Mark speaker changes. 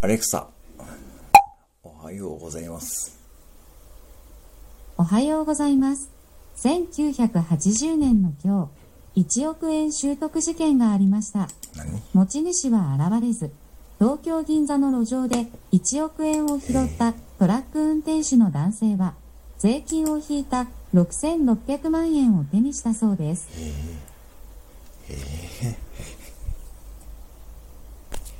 Speaker 1: アレクサ、おはようございます。
Speaker 2: おはようございます。1980年の今日、1億円拾得事件がありました。
Speaker 1: 何
Speaker 2: 持ち主は現れず、東京銀座の路上で1億円を拾ったトラック運転手の男性は、税金を引いた6600万円を手にしたそうです。